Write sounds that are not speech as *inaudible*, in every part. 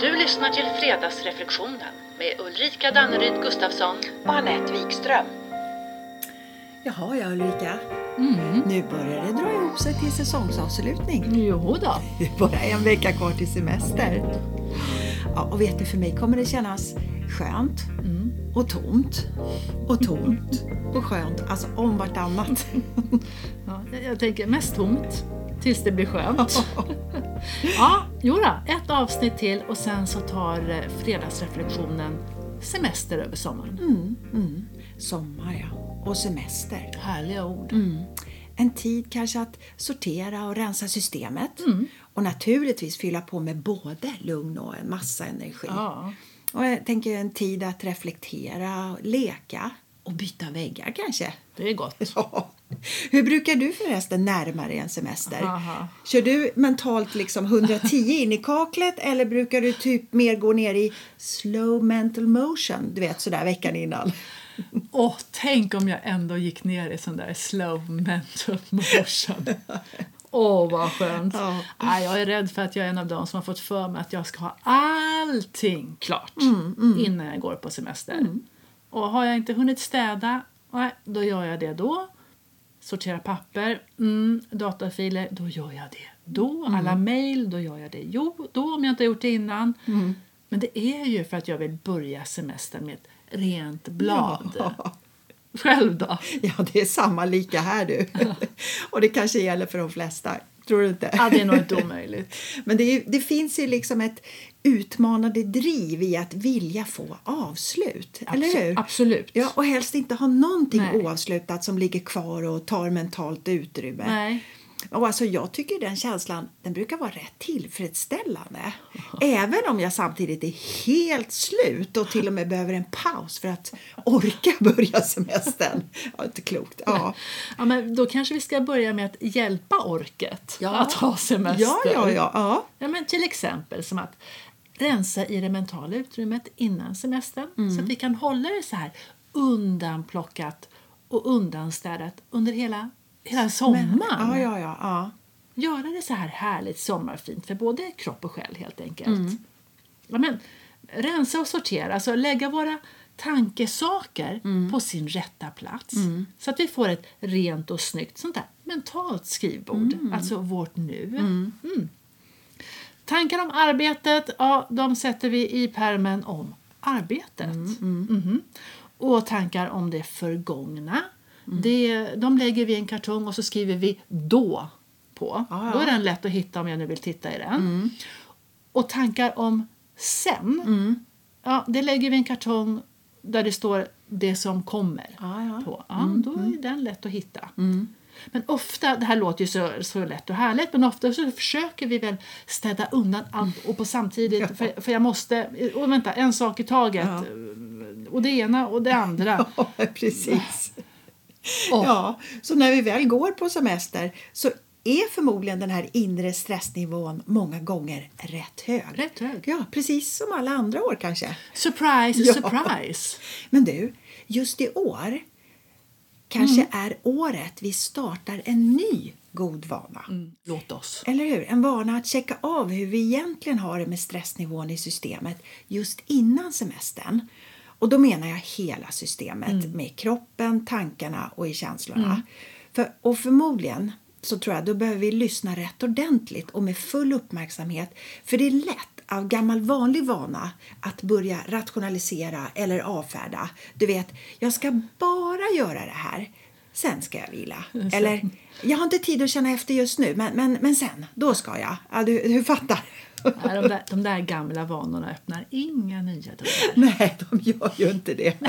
Du lyssnar till Fredagsreflektionen med Ulrika Danneryd Gustafsson. och Anette Wikström. Jaha ja Ulrika, Mm. nu börjar det dra ihop sig till säsongsavslutning. *laughs* Jo då. Det är bara en vecka kvar till semester. Ja, och vet ni, för mig kommer det kännas skönt Mm. och tomt och tomt och skönt, alltså om vartannat. Ja, jag- jag tänker mest tomt tills det blir *laughs* skönt. ja, jo då, ett avsnitt till och sen så tar eh, fredagsreflektionen semester över sommaren. Mm, mm. Sommar ja, och semester. Härliga ord. En tid kanske att sortera och rensa systemet och naturligtvis fylla på med både lugn och en massa energi. Ja. Och jag tänker en tid att reflektera, leka och byta väggar kanske. Det är gott. Ja. *laughs* Hur brukar du förresten närma dig en semester? Aha. Kör du mentalt liksom 110 in i kaklet eller brukar du typ mer gå ner i slow mental motion, du vet sådär veckan innan? Och tänk om jag ändå gick ner i sån där slow mental motion. *laughs* Åh, vad skönt. Ja. Nej, jag är rädd för att jag är en av dem som har fått för mig att jag ska ha allting klart innan jag går på semester. Och har jag inte hunnit städa, nej, då gör jag det då. Sortera papper, mm, datafiler, då gör jag det då. Alla mejl, då gör jag det jo, då om jag inte har gjort det innan. Men det är ju för att jag vill börja semestern med ett rent blad. Själv då? *laughs* Ja, det är samma lika här du. *laughs* Och det kanske gäller för de flesta. Tror du inte? Ja, det är nog inte omöjligt. Men det, är, ju- det finns ju liksom ett utmanande driv i att vilja få avslut. eller Abso- hur? absolut. Ja, och helst inte ha någonting Nej. oavslutat som ligger kvar och tar mentalt utrymme. Nej. Och alltså, jag tycker den känslan den brukar vara rätt tillfredsställande. Även om jag samtidigt är helt slut och till och med behöver en paus för att orka *laughs* börja semestern. Ja, inte klokt. Ja. Ja, men då kanske vi ska börja med att hjälpa orket att ha semester. Ja, ja, ja, ja. Ja, men till exempel som att rensa i det mentala utrymmet innan semestern Mm. så att vi kan hålla det så här undanplockat och undanstädat under hela, hela sommaren. Ja, ja, ja, ja. Göra det så här härligt sommarfint för både kropp och själ helt enkelt. Mm. Ja, men, rensa och sortera, alltså lägga våra tankesaker på sin rätta plats så att vi får ett rent och snyggt sånt där mentalt skrivbord, alltså vårt nu. Mm. Tankar om arbetet, ja, de sätter vi i pärmen om arbetet. Mhm. Och tankar om det förgångna, det, de lägger vi i en kartong och så skriver vi då på. Ja, ja. Då är den lätt att hitta om jag nu vill titta i den. Och tankar om sen, Mm. ja, det lägger vi i en kartong där det står det som kommer. Ja, ja. Mm, På. Ja, Då är den lätt att hitta. Men ofta, det här låter ju så, så lätt och härligt, men ofta så försöker vi väl städa undan allt och på samtidigt, för, för jag måste, och vänta, en sak i taget. Eh, Och det ena och det andra. Ja, *laughs* precis. Och- Ja, så när vi väl går på semester så är förmodligen den här inre stressnivån många gånger rätt hög. Rätt hög. Ja, precis som alla andra år kanske. Surprise, Ja. surprise! Men du, just i år kanske Mm. är året vi startar en ny god vana. Mm. Låt oss. Eller hur? En vana att checka av hur vi egentligen har det med stressnivån i systemet just innan semestern. Och då menar jag hela systemet med kroppen, tankarna och i känslorna. För, och förmodligen så tror jag då behöver vi lyssna rätt ordentligt och med full uppmärksamhet. För det är lätt av gammal vanlig vana att börja rationalisera eller avfärda. Du vet, jag ska bara göra det här. Sen ska jag vila. Eller, jag har inte tid att känna efter just nu, men, men, men sen, då ska jag. Ja, du, du fattar. Nej, de, där, de där gamla vanorna öppnar inga nya dörrar. *laughs* Nej, de gör ju inte det.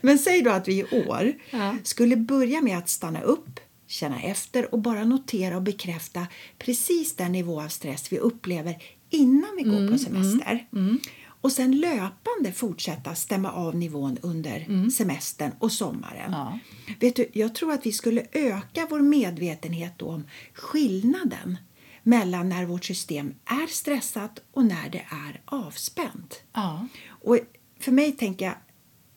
Men säg då att vi i år Ja. skulle börja med att stanna upp, känna efter och bara notera och bekräfta precis den nivå av stress vi upplever innan vi Mm, går på semester. Och sen löpande fortsätta stämma av nivån under semestern och sommaren. Mm. Ja. Vet du, jag tror att vi skulle öka vår medvetenhet då om skillnaden mellan när vårt system är stressat och när det är avspänt. Ja. Och för mig tänker jag,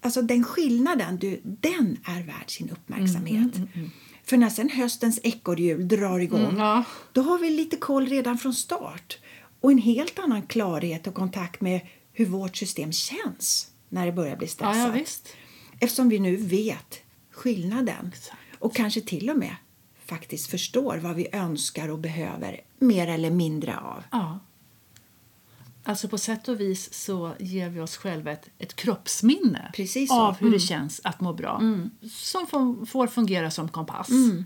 alltså den skillnaden, du, den är värd sin uppmärksamhet. Mm, För när sen höstens ekorrhjul drar igång, Mm, ja. då har vi lite koll redan från start. och en helt annan klarhet och kontakt med hur vårt system känns när det börjar bli stressat. Ja, ja, visst. Eftersom vi nu vet skillnaden Exakt. och kanske till och med faktiskt förstår vad vi önskar och behöver mer eller mindre av. Ja. Alltså på sätt och vis så ger vi oss själva ett, ett kroppsminne Precis så. Mm. av hur det känns att må bra som fun- får fungera som kompass. Mm.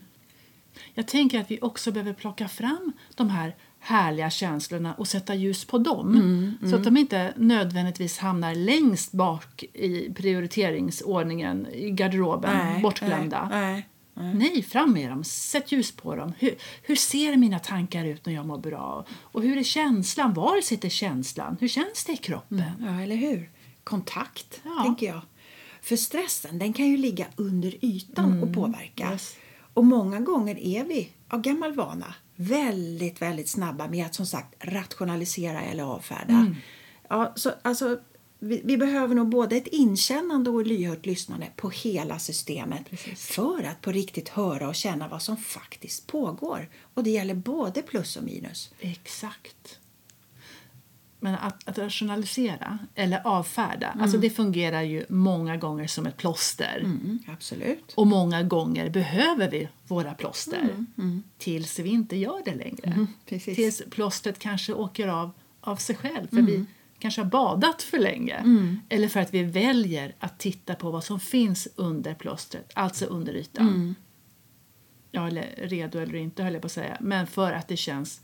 Jag tänker att vi också behöver plocka fram de här härliga känslorna och sätta ljus på dem Mm, så att de inte nödvändigtvis hamnar längst bak i prioriteringsordningen i garderoben, Nej, bortglömda. nej, Nej, fram med dem. Sätt ljus på dem. Hur, hur ser mina tankar ut när jag mår bra? Och hur är känslan? Var sitter känslan? Hur känns det i kroppen? Ja, eller hur? Kontakt, Ja. tänker jag. För stressen den kan ju ligga under ytan och påverka. Mm, yes. Och många gånger är vi av gammal vana väldigt, väldigt snabba med att som sagt rationalisera eller avfärda. Mm. Ja, så, alltså, vi, vi behöver nog både ett inkännande och lyhört lyssnande på hela systemet för att på riktigt höra och känna vad som faktiskt pågår. Och det gäller både plus och minus. Exakt. Men att, att rationalisera eller avfärda, alltså det fungerar ju många gånger som ett plåster. Mm. Absolut. Mm. Och många gånger behöver vi våra plåster tills vi inte gör det längre. precis. tills plåstret kanske åker av av sig själv för vi kanske har badat för länge. Eller för att vi väljer att titta på vad som finns under plåstret, alltså under ytan. Ja, eller redo eller inte höll jag på att säga, men för att det känns,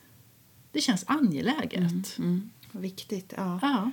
det känns angeläget. Viktigt, ja. Ja.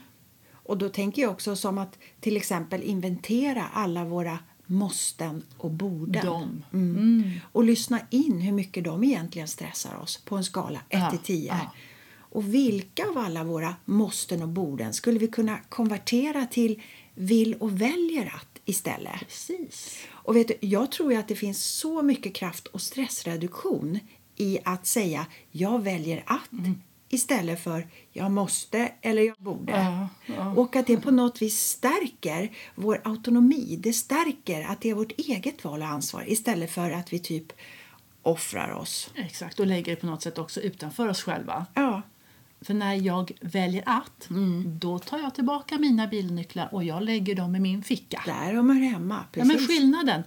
Och då tänker jag också som att till exempel inventera alla våra måsten och borden. De. Mm. Och lyssna in hur mycket de egentligen stressar oss på en skala 1 Ja, till 10. ja. Och vilka av alla våra måsten och borden skulle vi kunna konvertera till vill och väljer att istället? Precis. Och vet du, jag tror ju att det finns så mycket kraft och stressreduktion i att säga jag väljer att Mm. istället för jag måste eller jag borde. Ja, ja. Och att det på något vis stärker vår autonomi. Det stärker att det är vårt eget val och ansvar istället för att vi typ offrar oss. Exakt, och lägger det på något sätt också utanför oss själva. Ja, För när jag väljer att, Mm. då tar jag tillbaka mina bilnycklar och jag lägger dem i min ficka. där hör man hemma. Ja, men skillnaden.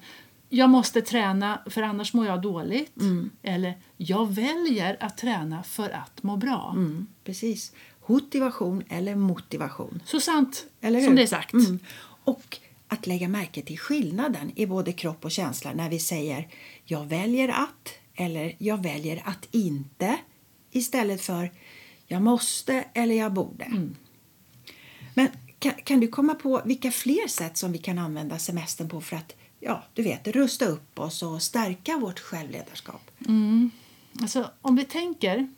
Jag måste träna för annars mår jag dåligt. Mm. Eller jag väljer att träna för att må bra. Mm, precis. Motivation eller motivation. Så sant Eller hur? som det är sagt. Mm. Och att lägga märke till skillnaden i både kropp och känsla när vi säger jag väljer att eller jag väljer att inte istället för jag måste eller jag borde. Mm. Men kan, kan du komma på vilka fler sätt som vi kan använda semestern på för att ja, du vet, rusta upp oss och stärka vårt självledarskap? Alltså, om vi tänker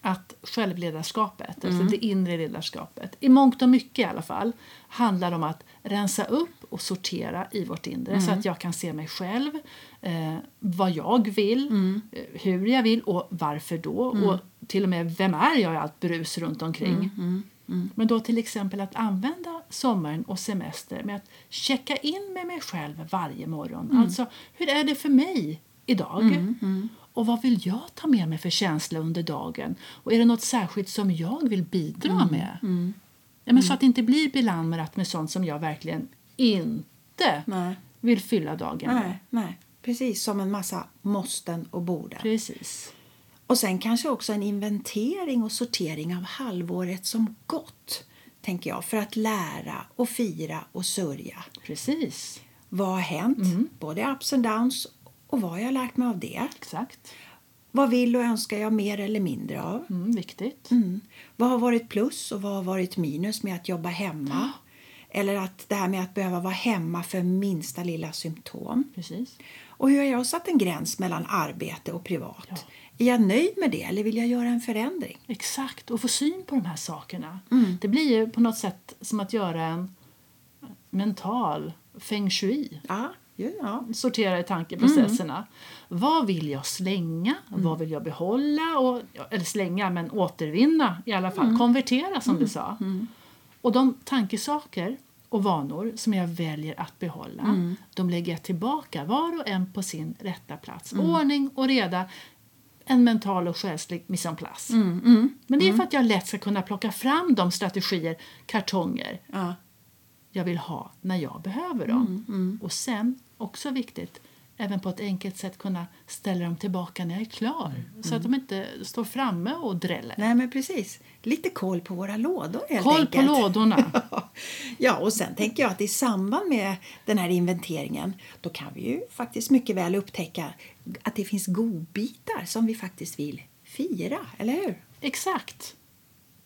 att självledarskapet, alltså det inre ledarskapet, i mångt och mycket i alla fall, handlar om att rensa upp och sortera i vårt inre så att jag kan se mig själv, eh, vad jag vill, eh, hur jag vill och varför då och till och med vem är jag i allt brus runt omkring. Men då till exempel att använda sommaren och semester med att checka in med mig själv varje morgon. Alltså, hur är det för mig idag? Mm, Och vad vill jag ta med mig för känsla under dagen? Och är det något särskilt som jag vill bidra Mm, med? Ja, men Så att det inte blir belamrat med sånt som jag verkligen inte Nej. vill fylla dagen med. Nej, nej. Precis som en massa måsten och borde. Precis. Och sen kanske också en inventering och sortering av halvåret som gått, tänker jag, för att lära och fira och sörja. Precis. Vad har hänt? Både ups and downs och vad har jag lärt mig av det? Exakt. Vad vill och önskar jag mer eller mindre av? Mm, viktigt. Mm. Vad har varit plus och vad har varit minus med att jobba hemma? Eller att det här med att behöva vara hemma för minsta lilla symptom. Precis. Och hur har jag satt en gräns mellan arbete och privat? Ja. Är jag nöjd med det eller vill jag göra en förändring? Exakt, och få syn på de här sakerna. Mm. Det blir ju på något sätt som att göra en mental feng shui. Ja, ju, ja. Sortera i tankeprocesserna. Vad vill jag slänga? Vad vill jag behålla? Och, eller slänga, men återvinna i alla fall. Konvertera som du sa. Och de tankesaker och vanor som jag väljer att behålla, de lägger jag tillbaka var och en på sin rätta plats. Ordning och reda en mental och själslig mise en place. Men det är för att jag lätt ska kunna plocka fram de strategier, kartonger, Ja. jag vill ha när jag behöver Mm, dem. Och sen, också viktigt, även på ett enkelt sätt kunna ställa dem tillbaka när jag är klar. Mm. Så att de inte står framme och dräller. Nej, men precis. Lite koll på våra lådor helt Koll på enkelt. lådorna. *laughs* ja, och sen tänker jag att i samband med den här inventeringen då kan vi ju faktiskt mycket väl upptäcka att det finns godbitar som vi faktiskt vill fira, eller hur? Exakt.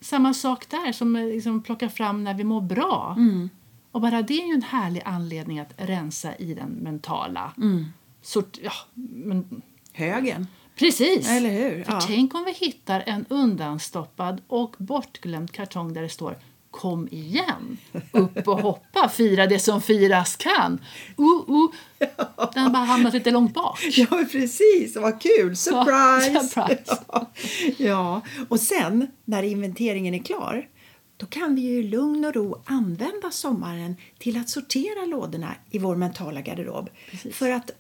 Samma sak där som eh, liksom plockar fram när vi mår bra. Mm. Och bara det är ju en härlig anledning att rensa i den mentala Mm. sort... Ja, men, Högen. precis! Eller hur? För Ja. tänk om vi hittar en undanstoppad och bortglömd kartong där det står Kom igen! Upp och hoppa! Fira det som firas kan! Uh, uh. Den har bara hamnat lite långt bak. *laughs* Ja, men precis. Vad kul! Surprise! Ja, *laughs* surprise. Ja. *laughs* ja, och sen när inventeringen är klar då kan vi ju i lugn och ro använda sommaren till att sortera lådorna i vår mentala garderob för att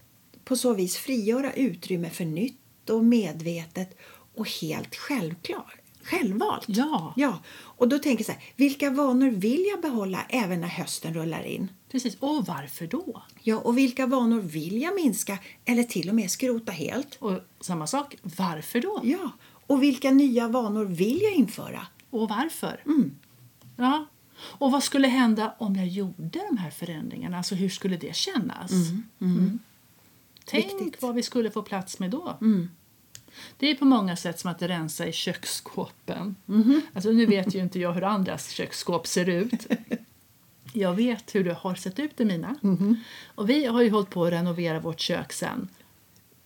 på så vis frigöra utrymme för nytt och medvetet och helt självklar, självvalt. Ja. ja. Och då tänker jag så här, vilka vanor vill jag behålla även när hösten rullar in? Precis. Och varför då? Ja, och vilka vanor vill jag minska eller till och med skrota helt? Och samma sak, varför då? Ja, och vilka nya vanor vill jag införa? Och varför? Ja. Och vad skulle hända om jag gjorde de här förändringarna? Alltså hur skulle det kännas? Mm. Tänk Viktigt. vad vi skulle få plats med då. Det är på många sätt som att rensa i köksskåpen. Alltså nu vet ju inte jag hur andras köksskåp ser ut. *laughs* Jag vet hur det har sett ut i mina. Och vi har ju hållit på att renovera vårt kök sen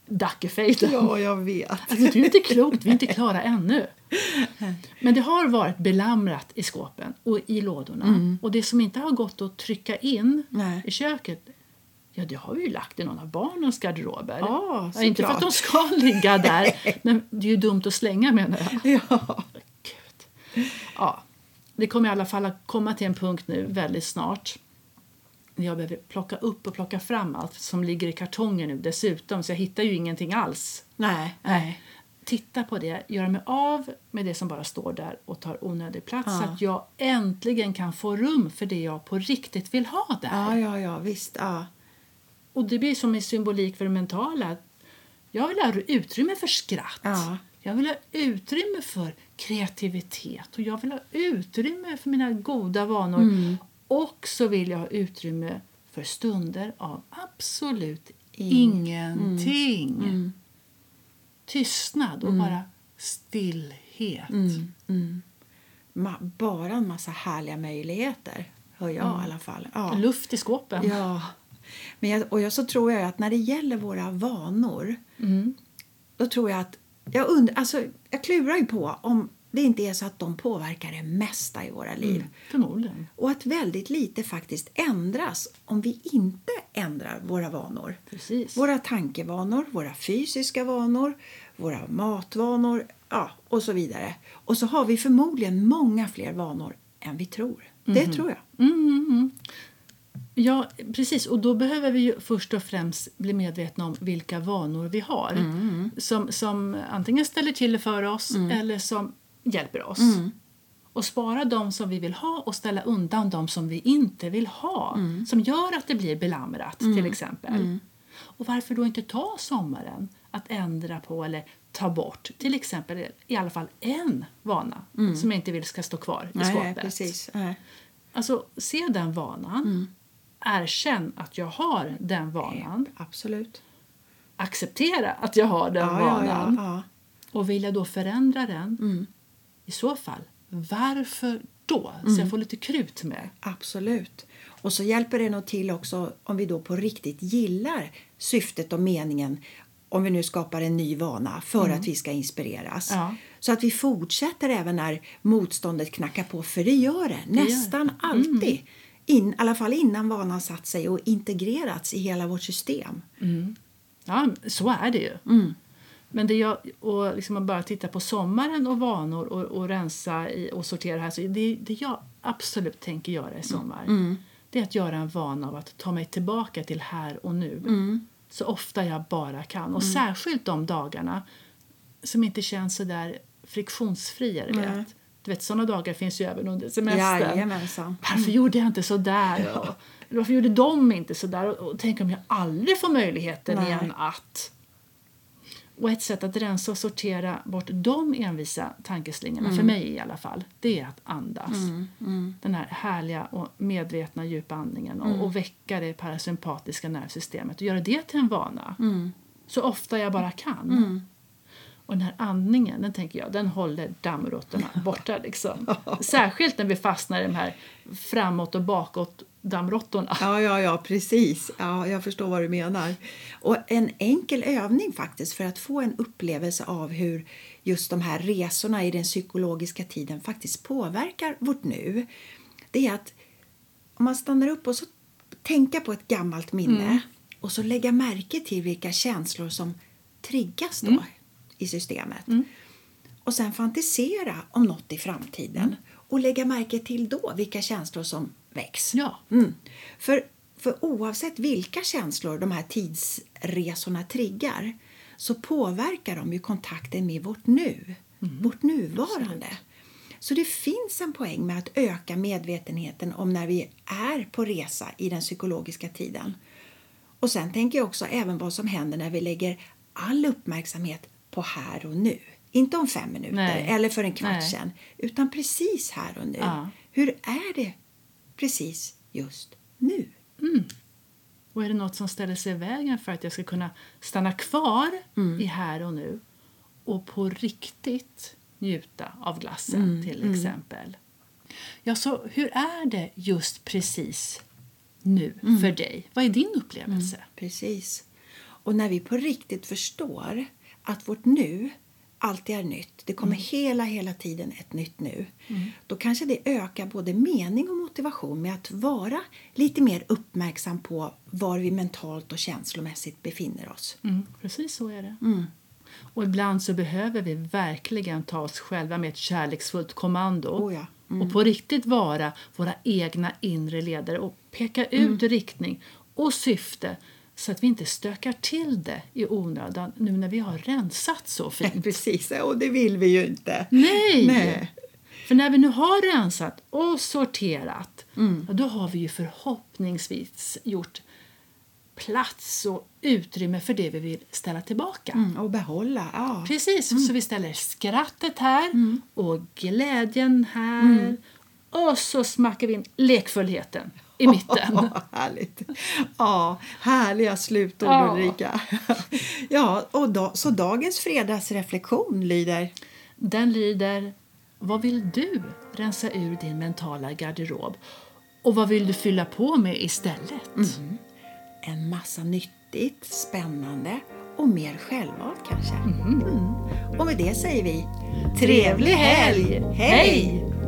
Dackefejden. jag vet. Alltså, det är ju inte klokt, vi är inte klara ännu. Men det har varit belamrat i skåpen och i lådorna. Och det som inte har gått att trycka in Mm. Nej. i köket Ja, det har vi ju lagt i någon av barnens garderober. Ja, ja, inte för att de ska ligga där, men det är ju dumt att slänga menar jag. Ja. Gud. Ja, det kommer i alla fall att komma till en punkt nu väldigt snart. när Jag behöver plocka upp och plocka fram allt som ligger i kartongen nu dessutom så jag hittar ju ingenting alls. Nej. Nej. Titta på det, göra mig av med det som bara står där och tar onödig plats så att jag äntligen kan få rum för det jag på riktigt vill ha där. Ja, ja, ja, visst. Ja. Och det blir som en symbolik för det mentala. Jag vill ha utrymme för skratt. Ja. Jag vill ha utrymme för kreativitet och jag vill ha utrymme för mina goda vanor. Mm. Och så vill jag ha utrymme för stunder av absolut ingenting. mm. Tystnad och bara stillhet. Mm. Ma- bara en massa härliga möjligheter, hör jag i alla fall. Ja. Luft i skåpen. Ja. Men jag, och jag, så tror jag att när det gäller våra vanor Mm. då tror jag att jag, und, alltså, jag klurar ju på om det inte är så att de påverkar det mesta i våra liv. Förmodligen. Och att väldigt lite faktiskt ändras om vi inte ändrar våra vanor. Precis. Våra tankevanor, våra fysiska vanor, våra matvanor ja, och så vidare. Och så har vi förmodligen många fler vanor än vi tror. Det tror jag. Ja, precis. Och då behöver vi ju först och främst bli medvetna om vilka vanor vi har som, som antingen ställer till det för oss eller som hjälper oss. Och spara de som vi vill ha och ställa undan de som vi inte vill ha som gör att det blir belamrat, till exempel. Och varför då inte ta sommaren att ändra på eller ta bort till exempel i alla fall en vana som jag inte vill ska stå kvar i skåpet. precis. Nej. Alltså, se den vanan. Mm. Erkänn att jag har den vanan. Absolut. Acceptera att jag har den Ja, ja, ja, vanan. ja. Mm. Och vill jag då förändra den, i så fall, varför då? Så Mm. jag får lite krut med. Absolut. Och så hjälper det nog till också om vi då på riktigt gillar syftet och meningen om vi nu skapar en ny vana för att vi ska inspireras. Mm. Ja. Så att vi fortsätter även när motståndet knackar på, för det gör det, gör det. Mm. nästan alltid. In, I alla fall innan vanan satt sig och integrerats i hela vårt system. Ja, så är det ju. Mm. Men det jag, och liksom att bara titta på sommaren och vanor och, och rensa i, och sortera här, så det, det jag absolut tänker göra i sommar Mm. det är att göra en vana av att ta mig tillbaka till Mm. här och nu så ofta jag bara kan. Och särskilt de dagarna som inte känns så där friktionsfri. Är det Nej. rätt? Du vet, sådana dagar finns ju även under semestern. Jajamensan. Varför gjorde jag inte så där? Och, eller varför gjorde de inte så där? Och, och tänk om jag aldrig får möjligheten Nej. igen att... Och ett sätt att rensa och sortera bort de envisa tankeslingorna, för mig i alla fall, det är att andas. Den här härliga och medvetna djupa andningen och, och väcka det parasympatiska nervsystemet och göra det till en vana. Så ofta jag bara kan. Och den här andningen, den tänker jag, den håller dammråttorna borta. Liksom. Särskilt när vi fastnar i de här framåt och bakåt dammråttorna. Ja, ja, ja, precis. Ja, jag förstår vad du menar. Och en enkel övning faktiskt för att få en upplevelse av hur just de här resorna i den psykologiska tiden faktiskt påverkar vårt nu. Det är att om man stannar upp och så tänka på ett gammalt minne och så lägga märke till vilka känslor som triggas då i systemet. Och sen fantisera om något i framtiden och lägga märke till då vilka känslor som väcks. Ja. Mm. För, för oavsett vilka känslor de här tidsresorna triggar så påverkar de ju kontakten med vårt nu, vårt nuvarande. Så det finns en poäng med att öka medvetenheten om när vi är på resa i den psykologiska tiden. Och sen tänker jag också även vad som händer när vi lägger all uppmärksamhet på här och nu. Inte om fem minuter Nej. eller för en kvart Nej. sedan, utan precis här och nu. Ja. Hur är det precis just nu? Och är det något som ställer sig i vägen för att jag ska kunna stanna kvar i här och nu och på riktigt njuta av glassen till exempel. Ja, så hur är det just precis nu för dig? Vad är din upplevelse? Precis. Och när vi på riktigt förstår att vårt nu alltid är nytt, det Mm. kommer hela, hela tiden ett nytt nu, då kanske det ökar både mening och motivation med att vara lite mer uppmärksam på var vi mentalt och känslomässigt befinner oss. Mm, precis så är det. Mm. Och ibland så behöver vi verkligen ta oss själva med ett kärleksfullt kommando Oh ja, och på riktigt vara våra egna inre ledare och peka Mm. ut riktning och syfte så att vi inte stökar till det i onödan nu när vi har rensat så fint. *laughs* Precis, och det vill vi ju inte. Nej! Nej. För när vi nu har rensat och sorterat Mm. ja, då har vi ju förhoppningsvis gjort plats och utrymme för det vi vill ställa tillbaka. Mm, Och behålla, ja. Precis, så vi ställer skrattet här och glädjen här och så smackar vi in lekfullheten i *laughs* mitten. Härligt. Ja, härliga slutord Ja. Ulrika. *laughs* Ja, och då, så dagens fredagsreflektion lyder Den lyder Vad vill du rensa ur din mentala garderob och vad vill du fylla på med istället? en massa nyttigt, spännande och mer självvalt Mhm. kanske. Mm. Och med det säger vi trevlig helg! Hej!